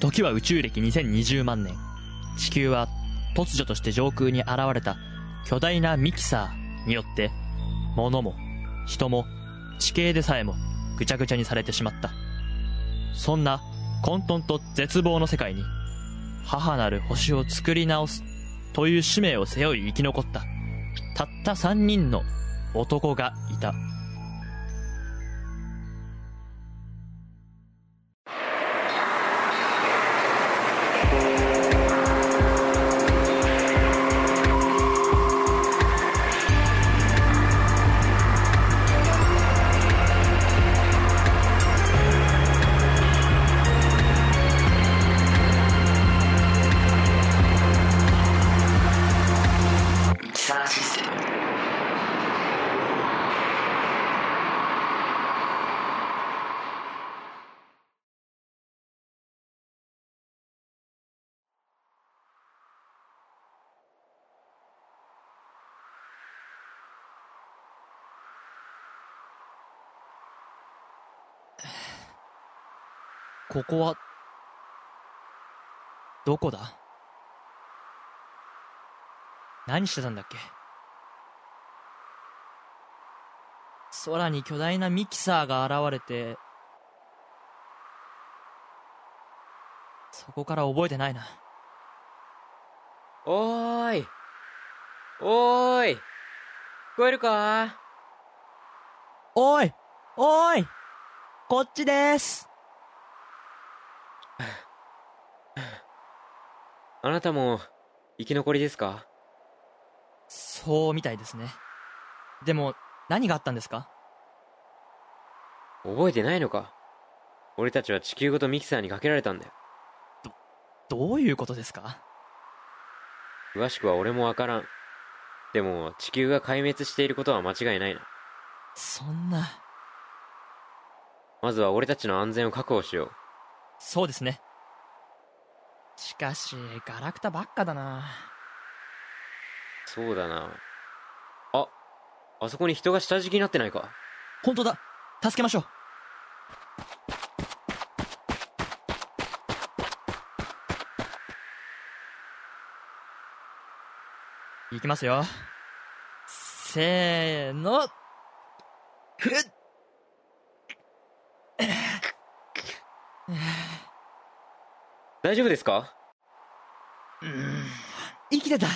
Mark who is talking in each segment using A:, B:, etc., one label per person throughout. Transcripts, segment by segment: A: 時は宇宙歴2020万年。地球は突如として上空に現れた巨大なミキサーによって、物も人も地形でさえもぐちゃぐちゃにされてしまった。そんな混沌と絶望の世界に、母なる星を作り直すという使命を背負い生き残った、たった三人の男がいた。
B: 持参システム
A: ここは、どこだ何してたんだっけ空に巨大なミキサーが現れて、そこから覚えてないな。
C: おーい。おーい。聞こえるか
A: おいおいこっちです
C: あなたも生き残りですか
A: そうみたいですね。でも、何があったんですか
C: 覚えてないのか俺たちは地球ごとミキサーにかけられたんだよ。
A: どういうことですか
C: 詳しくは俺もわからん。でも地球が壊滅していることは間違いないな。
A: そんな、
C: まずは俺たちの安全を確保しよう。
A: そうですね。しかし、ガラクタばっかだな。
C: そうだな。あ、あそこに人が下敷きになってないか
A: 本当だ助けましょう行きますよせーのふっ
C: 大丈夫ですか
A: 生きてた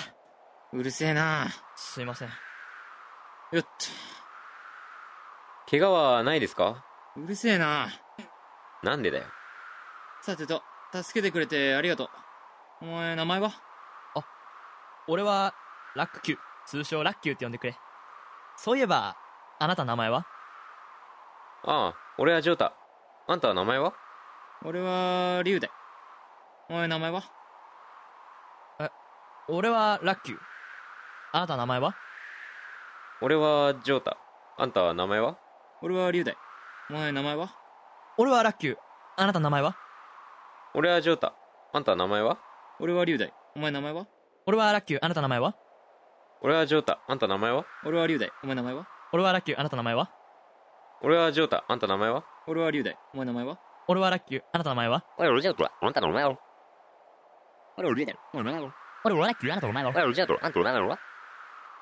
B: うるせえな
A: すいません
B: よっと
C: 怪我はないですか
B: うるせえな
C: なんでだよ。
B: さてと助けてくれてありがとうお前名前は
A: 俺はラック級通称ラッキューって呼んでくれそういえばあなた名前は
C: ああ、俺はジョータ。あんたは名前は
B: 俺はリュウだお前名前は
A: 俺はラッキューあなた名前は
C: 俺はジョータ。あんたは名前は
B: 俺はリュウだお前名前は
A: 俺はラッキューあなた名前は
C: 俺はジョータ。あんたは名前は
B: 俺はリュウだお前名前は
A: 俺はラッキューあなた名前は
C: 俺はジョータ。あんた名前は
B: 俺はリュウだお前名前は
A: 俺はラッキューあなた名前は
C: 俺はジョータ。あんた名前は
B: 俺はリュウだお前名前は
A: 俺はラッキューあなた名前は
C: 俺はジョータ。あんたの名前は
D: 俺俺だろ俺だろ
A: 俺はラッキューあなたの前は
C: 俺はジョータ。あんたの名前は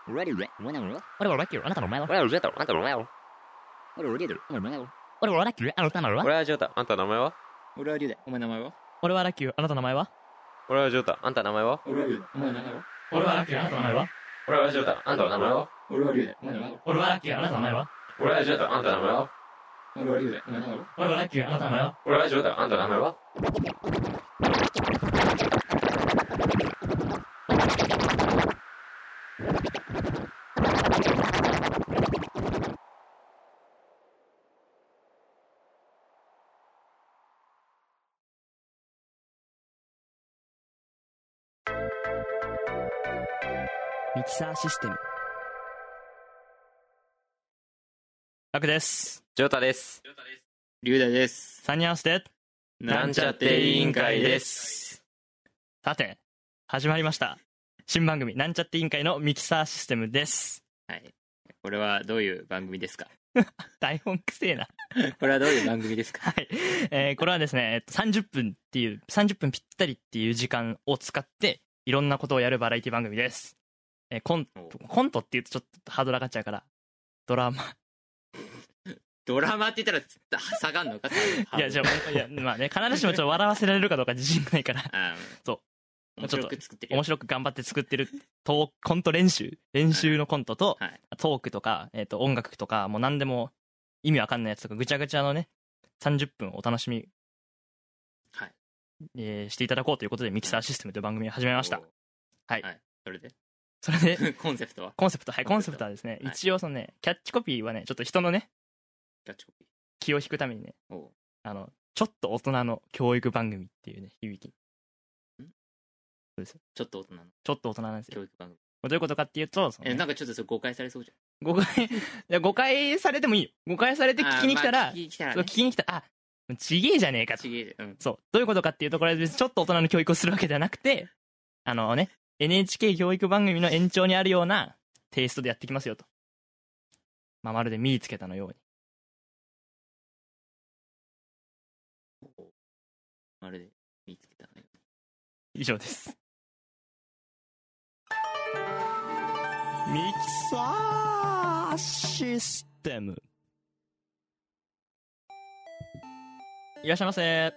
D: 俺俺だろ俺だろ
A: 俺はラッキューあなたの前は
C: 俺はジョータ。あんたの名前は
D: 俺俺だろ俺だろ
A: 俺はラッキューあなたの前は
C: 俺はジョータ。あんたの名前は
B: 俺はリュウだお前名前は
A: 俺はラッキューあなたの名前は
C: 俺はジョータ。あんたの名前は
B: 俺はリュウだお前名前は
A: 俺はラッキューあなたの名前は
C: 俺はジョータ。あんたの名前は
B: 俺はリュウだお前名前は
A: 俺はラッキューあなたの名前は
C: 俺はジョータ。あんたの名前は
B: 俺はリュウだお前名前は
A: 俺はラッキューあなたの名前は
C: 俺はジョータ。あんたの名前は
A: ミキサーシステム楽です
C: ジョータです。
B: リュウだです
A: 3人合わせて
C: なんちゃって委員会です。
A: さて始まりました新番組なんちゃって委員会のミキサーシステムです
B: はい。これはどういう番組ですか
A: 台本くせえな。
B: これはどういう番組ですか
A: はい。えーこれはですね、えっと、30分っていう、30分ぴったりっていう時間を使って、いろんなことをやるバラエティ番組です。えーコント、コントって言うとちょっとハードル上がっちゃうから、ドラマ、
B: ドラマって言ったら下がんのか
A: いや、じゃあ、いや、まあね、必ずしもちょっと笑わせられるかどうか自信がないから、
B: あ
A: そ
B: うん
A: まあ
B: 面
A: ちょっと
B: 白く作ってるよ
A: 面白く頑張って作ってる、トーコント練習、練習のコントと、
B: はい
A: トークとか、えっ、と、音楽とか、もう何でも意味わかんないやつとか、ぐちゃぐちゃのね、30分お楽しみ、
B: はい
A: えーしていただこうということで、ミキサーシステムという番組を始めました。はい
B: それで
A: それで、
B: コンセプトは
A: コンセプト、はい、コ
B: コ
A: ン
B: ン
A: セ
B: セ
A: プト
B: プト
A: はですね、
B: はい
A: 一応そのね、キャッチコピーはね、ちょっと人のね、
B: キャッチコピ
A: 気を引くためにね、
B: ーおう
A: あの、ちょっと大人の教育番組っていうね、響き。
B: ちょっと大人の
A: ちょっと大人なんですよ。
B: 教育番組
A: どういうことかっていうと、そのね
B: えなんかちょっとそれ誤解されそうじ
A: 誤解、いや誤解されてもいいよ。誤解され
B: ゃん
A: て聞きに来た
B: あーまあ
A: ら
B: 聞、きに来た
A: そ
B: ら
A: う
B: ね
A: 聞きに来たら、あ、ちげえじゃねえかと
B: ち。げえでうん
A: そう。どういうことかっていうと、これは別にちょっと大人の教育をするわけではなくて、あのね、NHK 教育番組の延長にあるようなテイストでやってきますよと。まあ、まるで見つけたのように。
B: まるで見つけたのよ
A: 以上です。
E: ミキサーシステム
A: いらっしゃいませ。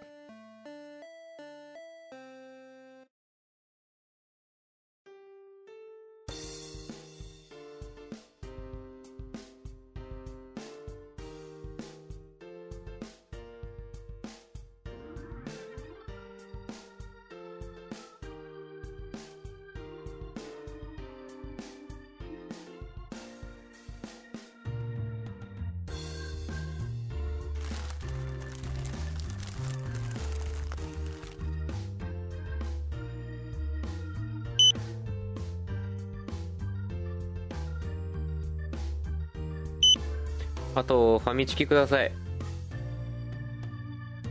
C: あとファミチキください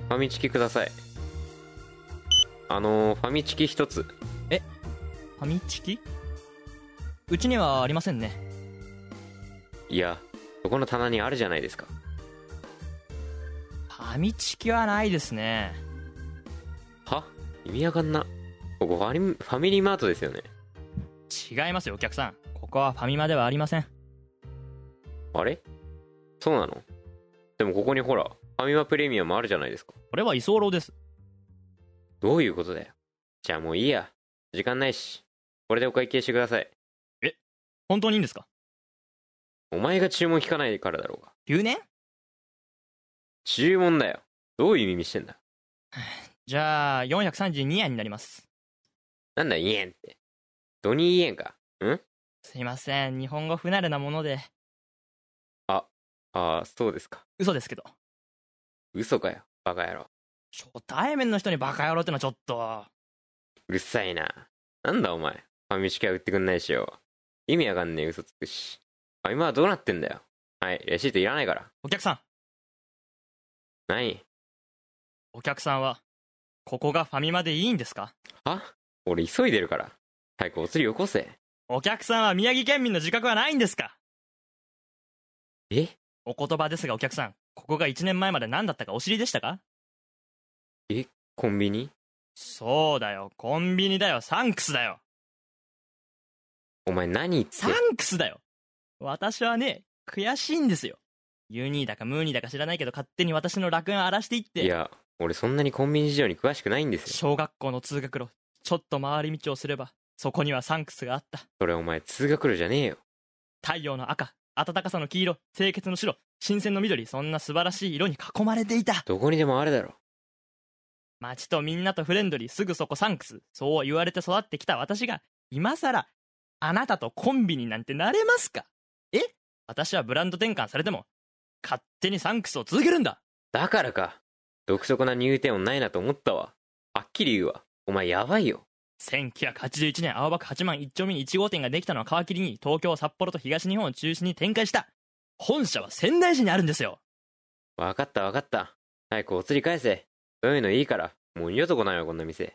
C: ファミチキくださいあのーファミチキ一つ
A: ファミチキうちにはありませんね。
C: いやそこの棚にあるじゃないですか
A: ファミチキはないですね。
C: は意味わかんなここファミファミリーマートですよね
A: 違いますよ、お客さん。ここはファミマではありません。
C: あれそうなのでもここにほらファミマプレミアムあるじゃないですか
A: これは居候です。
C: どういうことだよじゃあもういいや時間ないしこれでお会計してください
A: 本当にいいんですか
C: お前が注文聞かないからだろうが
A: 留年
C: 注文だよどういう意味してんだ
A: じゃあ、432円になります。
C: なんだイエンってドニーイエンか
A: すいません、日本語不慣れなもので。
C: ああそうですか
A: 嘘ですけど。
C: 嘘かよバカ野郎
A: 初対面の人にバカ野郎ってのはちょっと。
C: うるさいななんだお前ファミチキは売ってくんないしよ意味わかんねえ嘘つくしファミマはどうなってんだよはいレシートいらないから
A: お客さん、
C: 何
A: お客さんは、ここがファミマでいいんですか
C: は俺急いでるから早くお釣りよこせ
A: お客さんは宮城県民の自覚はないんですか
C: え
A: お言葉ですがお客さん、ここが1年前まで何だったかお知りでしたか
C: コンビニ
A: そうだよ、コンビニだよ、サンクスだよ。
C: お前何言って
A: サンクスだよ私はね、悔しいんですよ。ユニーだかムーニーだか知らないけど勝手に私の楽園を荒らしていって。
C: いや俺そんなにコンビニ事情に詳しくないんですよ
A: 小学校の通学路ちょっと回り道をすればそこにはサンクスがあった
C: それお前通学路じゃねえよ
A: 太陽の赤暖かさの黄色清潔の白新鮮の緑そんな素晴らしい色に囲まれていた
C: どこにでもあるだろ
A: 街とみんなとフレンドリーすぐそこサンクスそう言われて育ってきた私が今さらあなたとコンビになんてなれますかえ私はブランド転換されても勝手にサンクスを続けるんだ
C: だからか独特な入店音ないなと思ったわはっきり言うわお前やばいよ
A: 1981年青葉区八幡一丁目に1号店ができたのは皮切りに東京札幌と東日本を中心に展開した本社は仙台市にあるんですよ
C: わかったわかった早くお釣り返せそういうのいいからもう二度と来ないわこんな店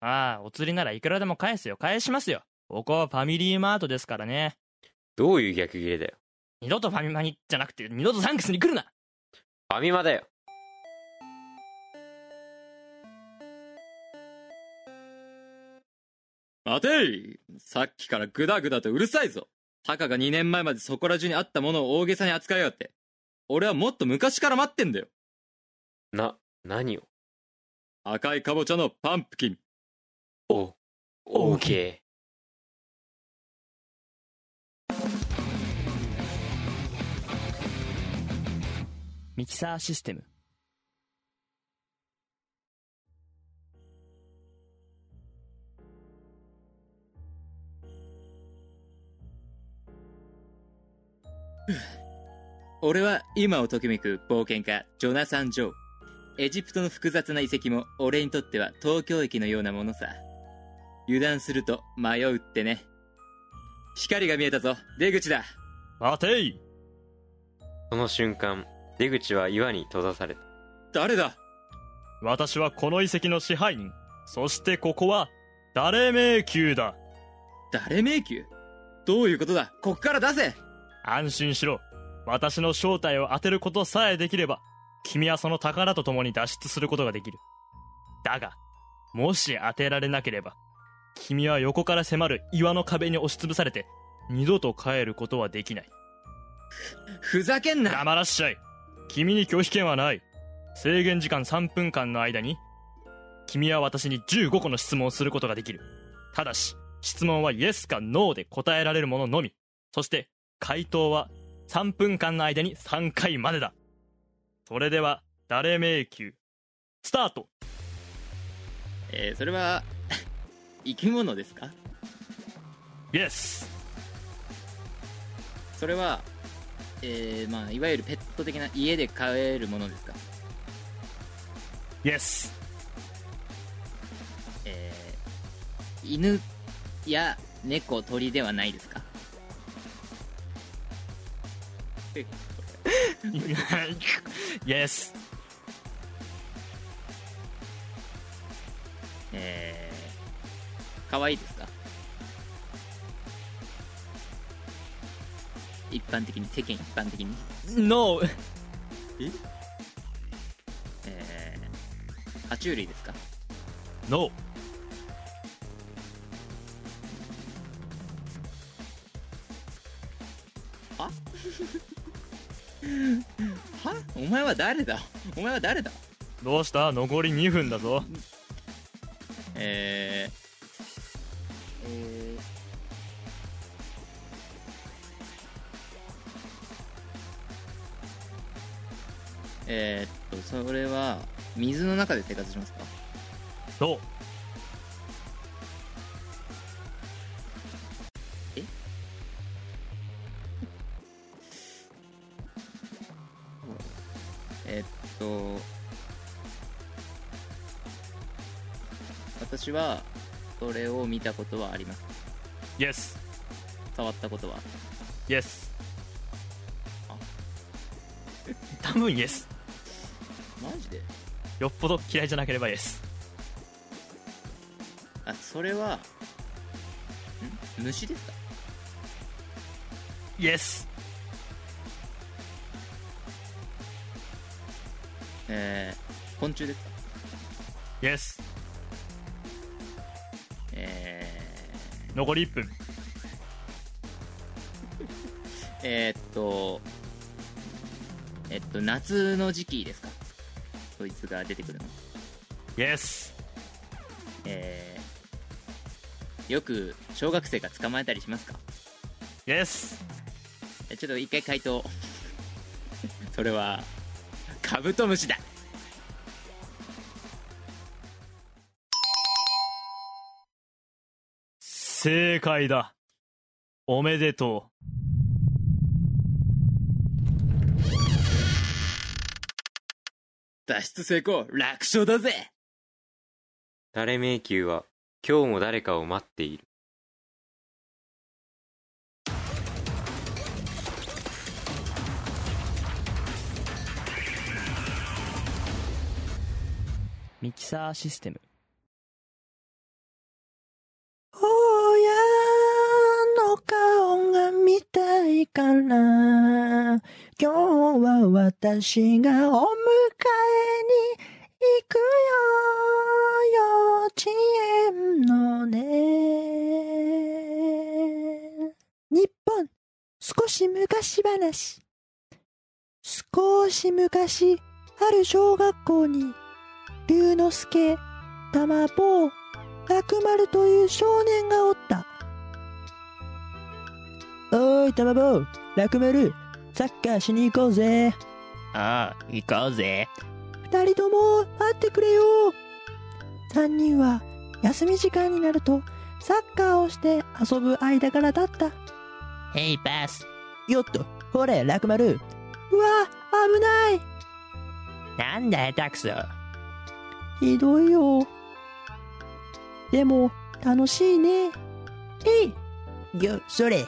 A: ああお釣りならいくらでも返すよ返しますよここはファミリーマートですからね
C: どういう逆切れだよ
A: 二度とファミマにじゃなくて二度とサンクスに来るな
C: ファミマだよ。
B: 待ていさっきからグダグダとうるさいぞたかが2年前までそこら中にあったものを大げさに扱いやがって俺はもっと昔から待ってんだよ
C: な、何を
B: 赤いカボチャのパンプキン
C: お、オーケ
A: ミキサーシステム
B: 俺は今をときめく冒険家ジョナサン・ジョーエジプトの複雑な遺跡も俺にとっては東京駅のようなものさ油断すると迷うってね光が見えたぞ出口だ
A: 待てい
C: ー。その瞬間、出口は岩に閉ざされた。
B: 誰だ
A: 私はこの遺跡の支配人そしてここは誰迷宮だ
B: 誰迷宮どういうことだこっから出せ
A: 安心しろ私の正体を当てることさえできれば君はその宝と共に脱出することができるだがもし当てられなければ君は横から迫る岩の壁に押しつぶされて二度と帰ることはできない
B: ふざけんな
A: 黙らっしゃい君に拒否権はない制限時間3分間の間に君は私に15個の質問をすることができるただし質問はイエスかノーで答えられるもののみそして回答は3分間の間に3回までだそれでは誰迷宮スタート
B: えー、それは 生き物ですか
A: イエス
B: それはえー、まあいわゆるペット的な家で飼えるものですか
A: イエ ス
B: えー、犬や猫鳥ではないですか
A: イエス
B: えー、可愛いですか一般的に世間一般的に
A: ノー
B: えー、爬虫類ですか
A: ノー
B: はお前は誰だお前は誰だ
A: どうした残り2分だぞ
B: えー、えー、えーっとそれは水の中で生活しますか
A: ノー
B: えっと私はそれを見たことはあります
A: イエス
B: 触ったことは
A: イエス
B: あ
A: 多分イエス
B: マジで
A: よっぽど嫌いじゃなければイエス
B: あそれはん虫ですか
A: イエス
B: えー、昆虫ですか
A: イエス
B: え
A: 残り1分
B: ー、えー、っとえっと夏の時期ですかそいつが出てくるの
A: イエス
B: えー、よく小学生が捕まえたりしますか
A: イエス
B: えちょっと一回回答 それはカブトムシだ
A: 正解だおめでとう
B: 脱出成功楽勝だぜ
C: 誰迷宮は今日も誰かを待っている
A: ミキサーシステム
F: 親の顔が見たいから今日は私がお迎えに行くよ幼稚園のね日本少し昔話少し昔ある小学校に龍之介玉棒楽丸という少年がおったおーい玉棒楽丸サッカーしに行こうぜ
E: ああ、行こうぜ。
F: 二人とも待ってくれよ三人は休み時間になるとサッカーをして遊ぶ間からだった
E: ヘイパス。
F: よっとほれ楽丸うわ危ない
E: なんだ下手くそ。
F: ひどいよ。でも、楽しいね。えいよ、それ。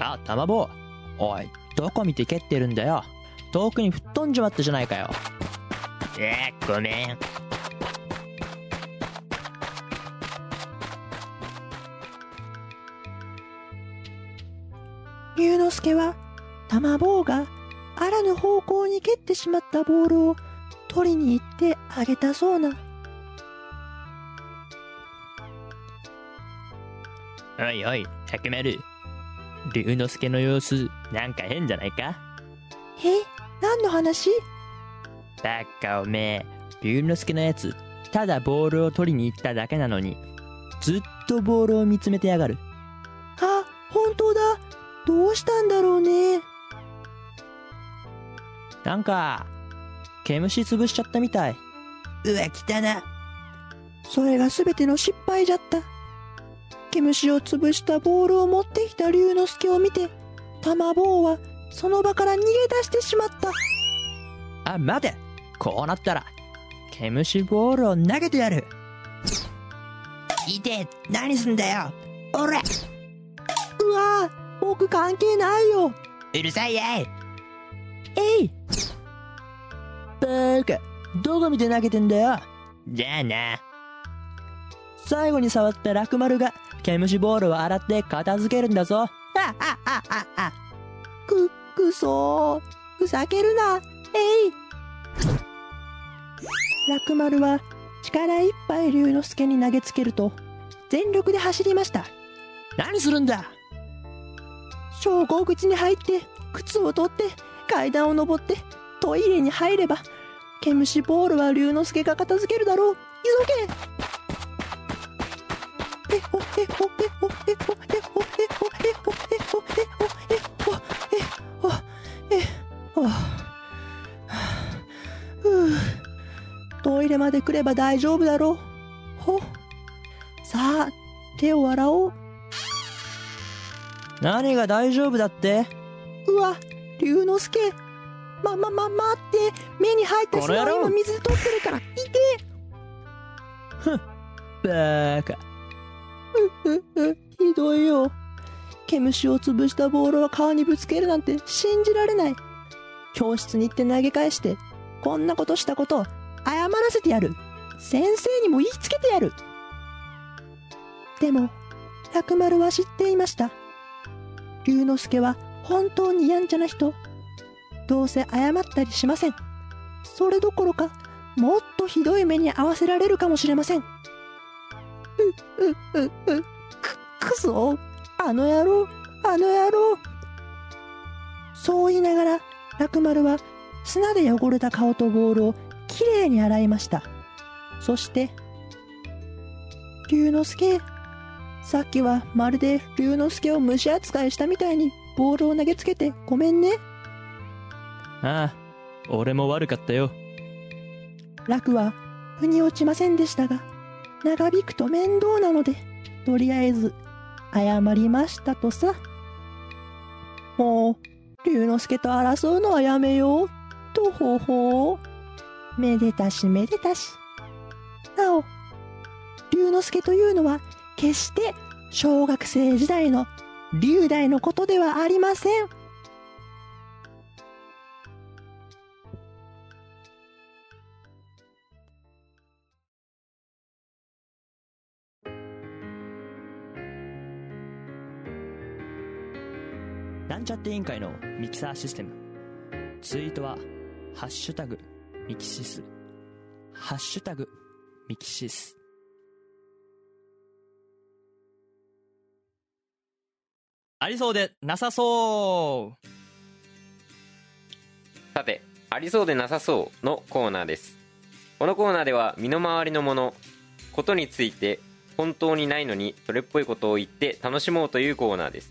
A: あ、玉棒。おい、どこ見て蹴ってるんだよ。遠くに吹っ飛んじまったじゃないかよ。
E: えー、ごめん。
F: 龍之介は、玉棒が、あらぬ方向に蹴ってしまったボールを、取りに行ってあげたそうな。
E: おいおい、百丸。龍之介の様子、なんか変じゃないか
F: え何の話
E: バッカおめえ、龍之介のやつ、ただボールを取りに行っただけなのに、ずっとボールを見つめてやがる。
F: あ、本当だ。どうしたんだろうね。
A: なんか、毛虫潰しちゃったみたい。
F: うわ、汚な。それが全ての失敗じゃった。毛虫を潰したボールを持ってきた龍之介を見て、玉棒はその場から逃げ出してしまった。
A: あ、待てこうなったら、毛虫ボールを投げてやる
F: いて、何すんだよ。おらうわぁ、僕関係ないよ。
E: うるさいやい
F: えいバカ、どこ見て投げてんだよ。
E: じゃあな。
A: 最後に触った楽丸が、毛虫ボールを洗って片付けるんだぞ。
F: あああああ。く、くそー。ふざけるな。えい。楽丸は力いっぱい龍之介に投げつけると、全力で走りました。
A: 何するんだ
F: 昇降口に入って、靴を取って、階段を登って、トイレに入れば、毛虫ボールは龍之介が片付けるだろう。急げえほえほえほえほえほえほえほえほえほえほえほえほえほはあふうトイレまで来れば大丈夫だろう。ほ。さあ、手を洗おう。
A: 何が大丈夫だって
F: うわ、龍之介。ま、ま、ま、待って。目に入った
A: この野
F: 砂を
A: 郎
F: 今水取ってるから。い
A: バ
F: て
A: カ。
F: う、う、う、ひどいよ。毛虫を潰したボールは川にぶつけるなんて信じられない。教室に行って投げ返して、こんなことしたこと、謝らせてやる。先生にも言いつけてやる。でも、楽丸は知っていました。龍之介は本当にやんちゃな人。どうせ謝ったりしません。それどころか、もっとひどい目に遭わせられるかもしれません。う、う、う、く、くそあの野郎あの野郎そう言いながら、楽丸は砂で汚れた顔とボールをきれいに洗いました。そして、龍之介、さっきはまるで龍之介を虫扱いしたみたいにボールを投げつけてごめんね。
A: ああ、俺も悪かったよ。
F: 楽は腑に落ちませんでしたが長引くと面倒なのでとりあえず謝りましたとさもう龍之介と争うのはやめようとほほうめでたしめでたしなお龍之介というのは決して小学生時代の龍大のことではありません
A: なんちゃって委員会のミキサーシステム。ツイートは、ハッシュタグ、ミキシス。ハッシュタグ、ミキシス。ありそうでなさそう
C: さてありそうでなさそうのコーナーですこのコーナーでは身の回りのものことについて本当にないのにそれっぽいことを言って楽しもうというコーナーです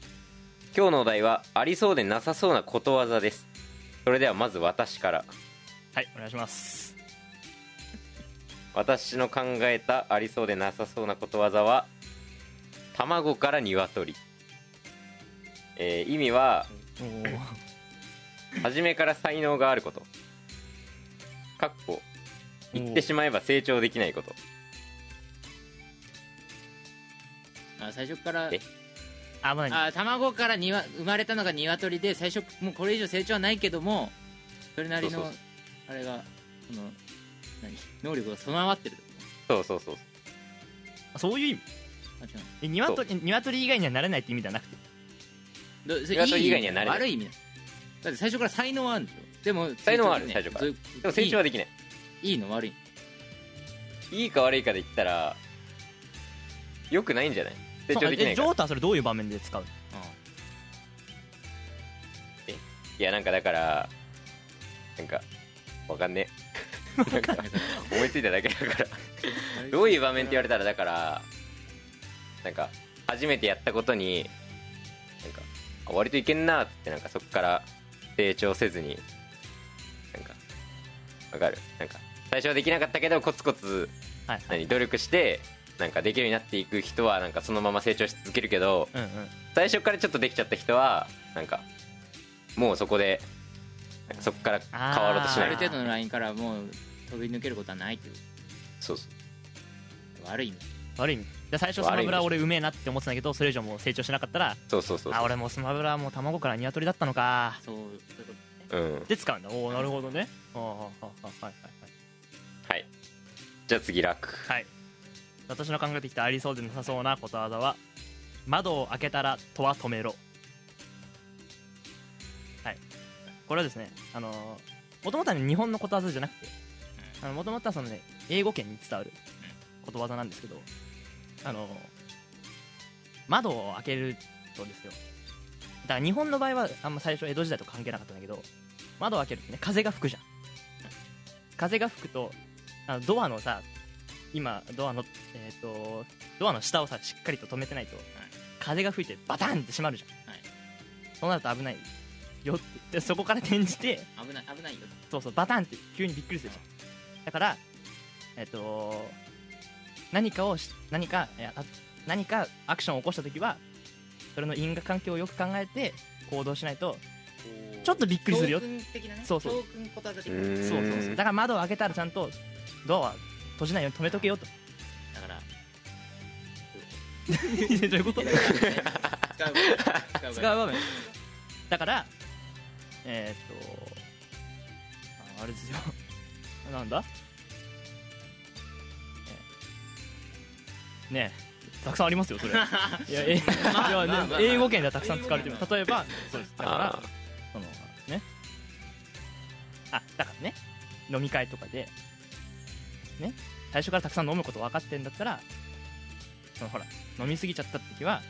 C: 今日のお題はありそうでなさそうなことわざですそれではまず私から
A: はい、お願いします。
C: 私の考えたありそうでなさそうなことわざは卵から鶏えー意味は初めから才能があることかっこ言ってしまえば成長できないこと
B: あ最初から
C: え
A: あ、まだに。
B: あ卵からにわ生まれたのが鶏で最初もうこれ以上成長はないけどもそれなりの
C: そうそう
B: あれがその何能力が備わってる
C: そうそうそう
A: あそういう意味
B: あ違う
A: え鶏え鶏以外にはなれないって意味じゃなくて。
B: どそれ
C: 鶏以外にはなれない
B: 悪い意味だだって最初から才能はあるんでしょでも
C: 才能はある
B: ね
C: 最初から
B: ず
C: でも成長はできない
B: いいいの悪い
C: いいか悪いかで言ったら良くないんじゃない成長できな
A: え、
C: い
A: ジ
C: か
A: ョ
C: ら
A: ータはそれどういう場面で使う
C: いやなんかだからなんかわかんねえなんか思いついただけだからどういう場面って言われたらだからなんか初めてやったことになんかあ割といけんなっつってなんかそっから成長せずになんかわかるなんか最初はできなかったけどコツコツ
A: はい。
C: 何努力してなんかできるようになっていく人はなんかそのまま成長し続けるけど
A: うんうん。
C: 最初からちょっとできちゃった人はなんかもうそこでなんかそこから変わろうとし
B: あ
C: ない
B: る程度のラインからもう飛び抜けることはないっていう
C: そうそう
B: 悪い意味
A: 悪い意味。じゃあ最初スマブラ俺うめえなって思ってたけど、それ以上もう成長しなかったら、
C: そうそうそう
A: あ、俺もうスマブラはもう卵から鶏だったのか。
B: そうそういうこと
C: うん
A: で使うんだ。おおなるほどね。あーはーはーはーはいはいはい。
C: はいじゃあ次楽
A: はい私の考えてきたありそうでなさそうなことわざは窓を開けたら戸は止めろはいこれはですねあのもともとはね日本のことわざじゃなくてもともとはそのね英語圏に伝わることわざなんですけどあの窓を開けるとですよだから日本の場合はあんま最初江戸時代と関係なかったんだけど窓を開けるとね風が吹くじゃん風が吹くとあのドアのさ今ドアのえっ、とドアの下をさしっかりと止めてないと、風が吹いてバタンって閉まるじゃん、
B: はい
A: そうなると危ないよってでそこから転じて
B: 危ない危ないよ
A: そうそうバタンって急にびっくりするじゃんだからえっ、と何かをし何かいやあ何かアクションを起こした時はそれの因果関係をよく考えて行動しないとちょっとびっくりするよ
B: 教訓的なね
A: そうそう
B: 教訓ことわざ的
C: う
B: な
C: ーん
A: そうそうそうだから窓を開けたらちゃんとドアは閉じないように止めとけよと
B: だから
A: どういうこと
B: 使う場面
A: 使う場面だからえーっとああれですよ なんだねえたくさんありますよ それいや,え、い
B: まあ
A: や
B: まあまあ
A: でも英語圏ではたくさん使われてる
B: 英語
A: 例えばそうですだから
C: あ
A: そのねあだからね飲み会とかでね最初からたくさん飲むこと分かってんだったらそのほら飲みすぎちゃった時は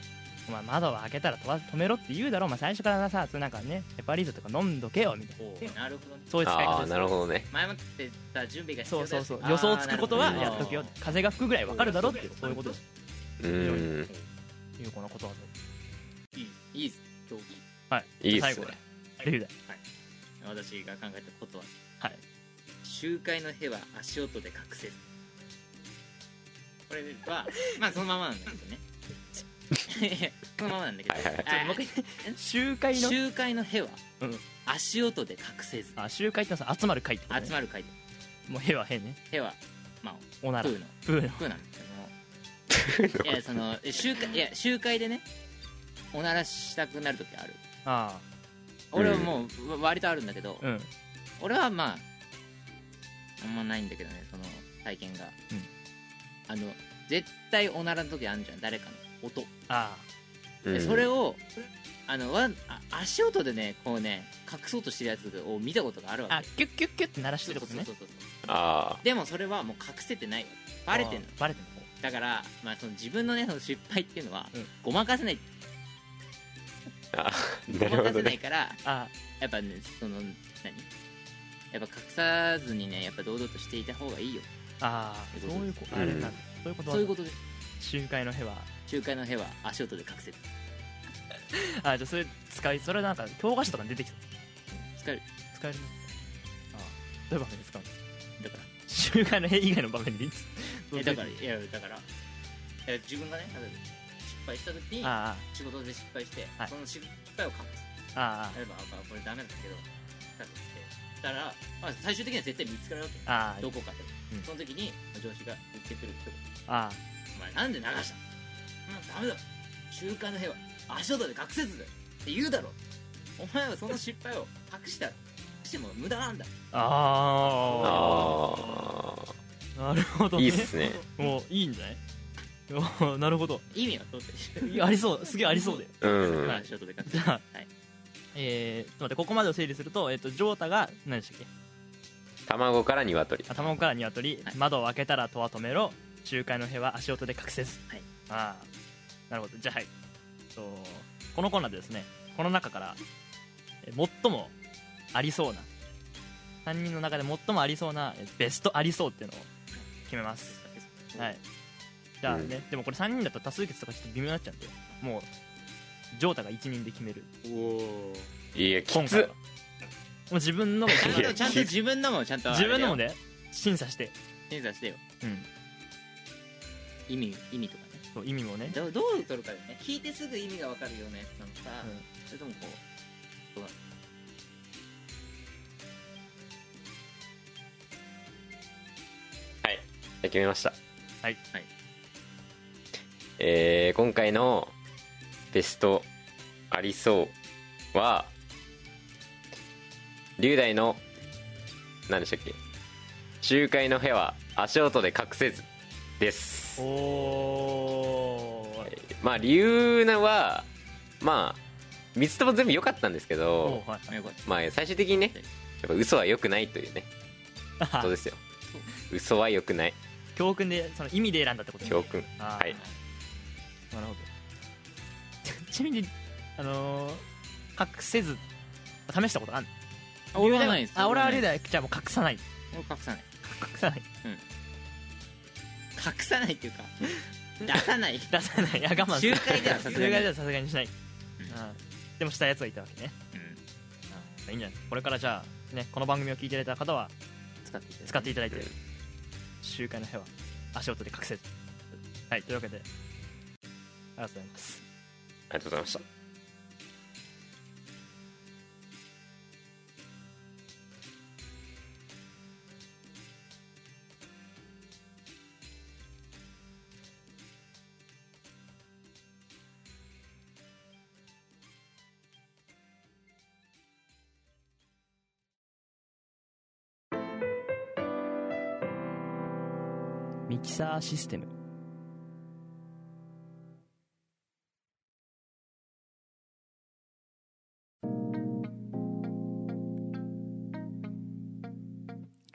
A: お前窓を開けたらとわ止めろって言うだろお前最初からさそれなんかねヘパリーゼとか飲んどけよみたいな
B: おーなるほどね
A: そういう使い
C: あ
A: 方
C: あ
A: です
C: なるほどね
B: 前もってた準備が必
A: そ
B: 要
A: う
B: だよ
A: そうそう
B: あー
A: 予想つくことは
B: なる
A: や
B: ほ
A: っ
B: ど
A: とけよ風が吹くぐらい分かるだろっていうそういうことです
C: うーん
A: いうこのことわ
B: いいいい競技
A: ざはい
C: いいっ
A: 最
C: す
A: 後
C: ね
A: でレビューだ
B: 私が考えたことは
A: はい
B: 集会の屁は足音で隠せるこれはまあそのままなんだ けどねそのままなんだけど
C: はいはいはい
B: あー
A: もう一集会の
B: 集会の屁は
A: うん
B: 足音で隠せず
A: あ集会ってのはさ集まる会ってことね
B: 集まる会で
A: もうへはへね
B: 屁はまあ
A: おなら
B: プーの
A: プーの
B: プーなんだけどもいやそのえ集会いや集会でねおならしたくなる時ある
A: あ
B: 俺はもうわ割とあるんだけど、
A: あうん
B: 俺はまああんまないんだけどねその体験が、あの絶対おならの時あるじゃん誰かの音
A: あ
C: うん
B: でそれをあのわあ足音でねこうね隠そうとしてるやつを見たことがあるわけ
A: あキュッキュッキュッって鳴らしてることね
B: そうそうそうそう
C: あ
B: でもそれはもう隠せてないわバレてんの
A: あーバレてんの
B: だから、まあ、その自分のねその失敗っていうのは、
A: うん
B: ごまかせない
C: あな
B: ご
C: る
B: ま
C: ほ
B: か
C: ど
B: せな
C: ね
B: いから
A: あ
B: やっぱねその何やっぱ隠さずにねやっぱ堂々としていた方がいいよ
A: あーそういうことあれなんだそういうこと
B: そういうことです
A: 集会の部は
B: 仲介の部は足音で隠せる
A: あじゃあそれ使いそれなんか教科書とかに出てきた
B: 疲れる
A: 使えるのあーどういう場面で使うの
B: だから
A: 集会の部以外の場面でいいんです
B: えだからいやだからいや自分がね例えば失敗した時に
A: あ
B: 仕事で失敗して、
A: はい
B: その失敗を隠す
A: ーあ
B: 例えばあこれダメなんだけど隠してだから、まあ、最終的には絶対見つかるわけ
A: ーあーあー
B: どこかで、
A: うん
B: その時に上司が言ってくるってこと
A: あ
B: お前なんで流したの、うん、ダメだ週刊の部屋は足音で隠せずだよって言うだろお前はその失敗を隠したら隠しても無駄なんだ
A: ーあ
C: あ
A: ーなるほど
C: あ
A: ね
C: いいっすね
A: もういいんじゃないおーなるほど
B: 意味はどうでしょう
A: いやありそうすげえありそうで
C: う
B: まあ
C: ん
B: 足音で隠せ
A: じゃ
B: はい
A: えー、ちょっと待ってここまでを整理するとえっ、とジョータが何でしたっけ
C: 卵から鶏
A: あ卵から鶏、
B: はい
A: 窓を開けたら戸は止めろ仲介の部は足音で隠せず、
B: はい
A: ああなるほどじゃあはいとこのコーナーでですねこの中からえ最もありそうな3人の中で最もありそうなえベストありそうっていうのを決めますはいじゃあね、でもこれ3人だと多数決とかちょっと微妙になっちゃうんでもうジョータが1人で決める
B: おお
C: いやき
A: 今回
C: つ
A: はもう自分のが一番
C: いや
B: ちゃんと自分のもちゃんとあれ
A: 自
B: だよ
A: 分のもね審査して、
B: 審査してよ
A: うん、
B: 意味意味とかね
A: そう意味もね
B: どうどう取るかだよね聞いてすぐ意味が分かるようなやつなのか、
A: うん
B: それともこうどうなの
C: はい決めました
A: はい
B: はい
C: えー今回のベストありそうは龍大の何でしたっけ集会の部屋は足音で隠せずです
A: おー
C: まあ理由はまあ3つとも全部良かったんですけ
A: お
C: ど
A: ーはい
B: あよかった
C: まあ最終的にねやっぱ嘘は良くないというね
A: あ
C: ことですよ嘘は良くない
A: 教訓でその意味で選んだってことね
C: 教訓
A: あー
C: はい
A: なるほど ちなみにあのー隠せず試したことある
B: あ俺はないです
A: あ俺はあれ
B: だ
A: だよじゃあもう隠さない
B: 俺隠さない
A: 隠さない
B: 隠さない っていうか出さない
A: 出さないいや我慢する
B: 集会ではさすがに
A: 集会ではさすがにしない、
B: うん
A: あーでもしたやつがいたわけね
B: うん
A: いいんじゃないこれからじゃあ、ね、この番組を聞いていただいた方は
B: 使っていただいて
A: 使っていただいて
C: うん
A: 集会の部屋は足音で隠せずはいというわけでありがとうございます
C: ありがとうございました
E: ミキサーシステム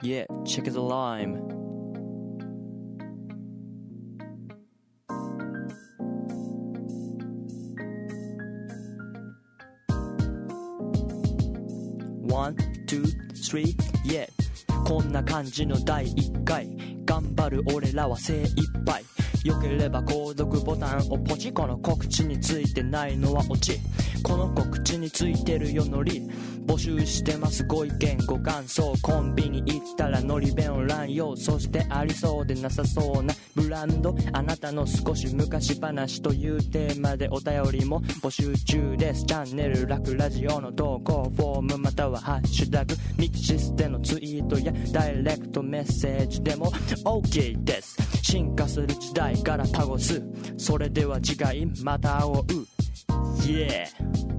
E: イエ h check the lime 1 2 3 yeah こんな感じの第1回頑張る俺らは精一杯よければ購読ボタンをポチこの告知についてないのはオチこの告知についてるよのり募集してますご意見ご感想コンビニ行ったらのり弁を乱用そしてありそうでなさそうなブランドあなたの少し昔話というテーマでお便りも募集中ですチャンネル楽ラジオの投稿フォームまたはハッシュタグミキシスでのツイートやダイレクトメッセージでも OK です進化する時代からタゴスそれでは次回また会おう Yeah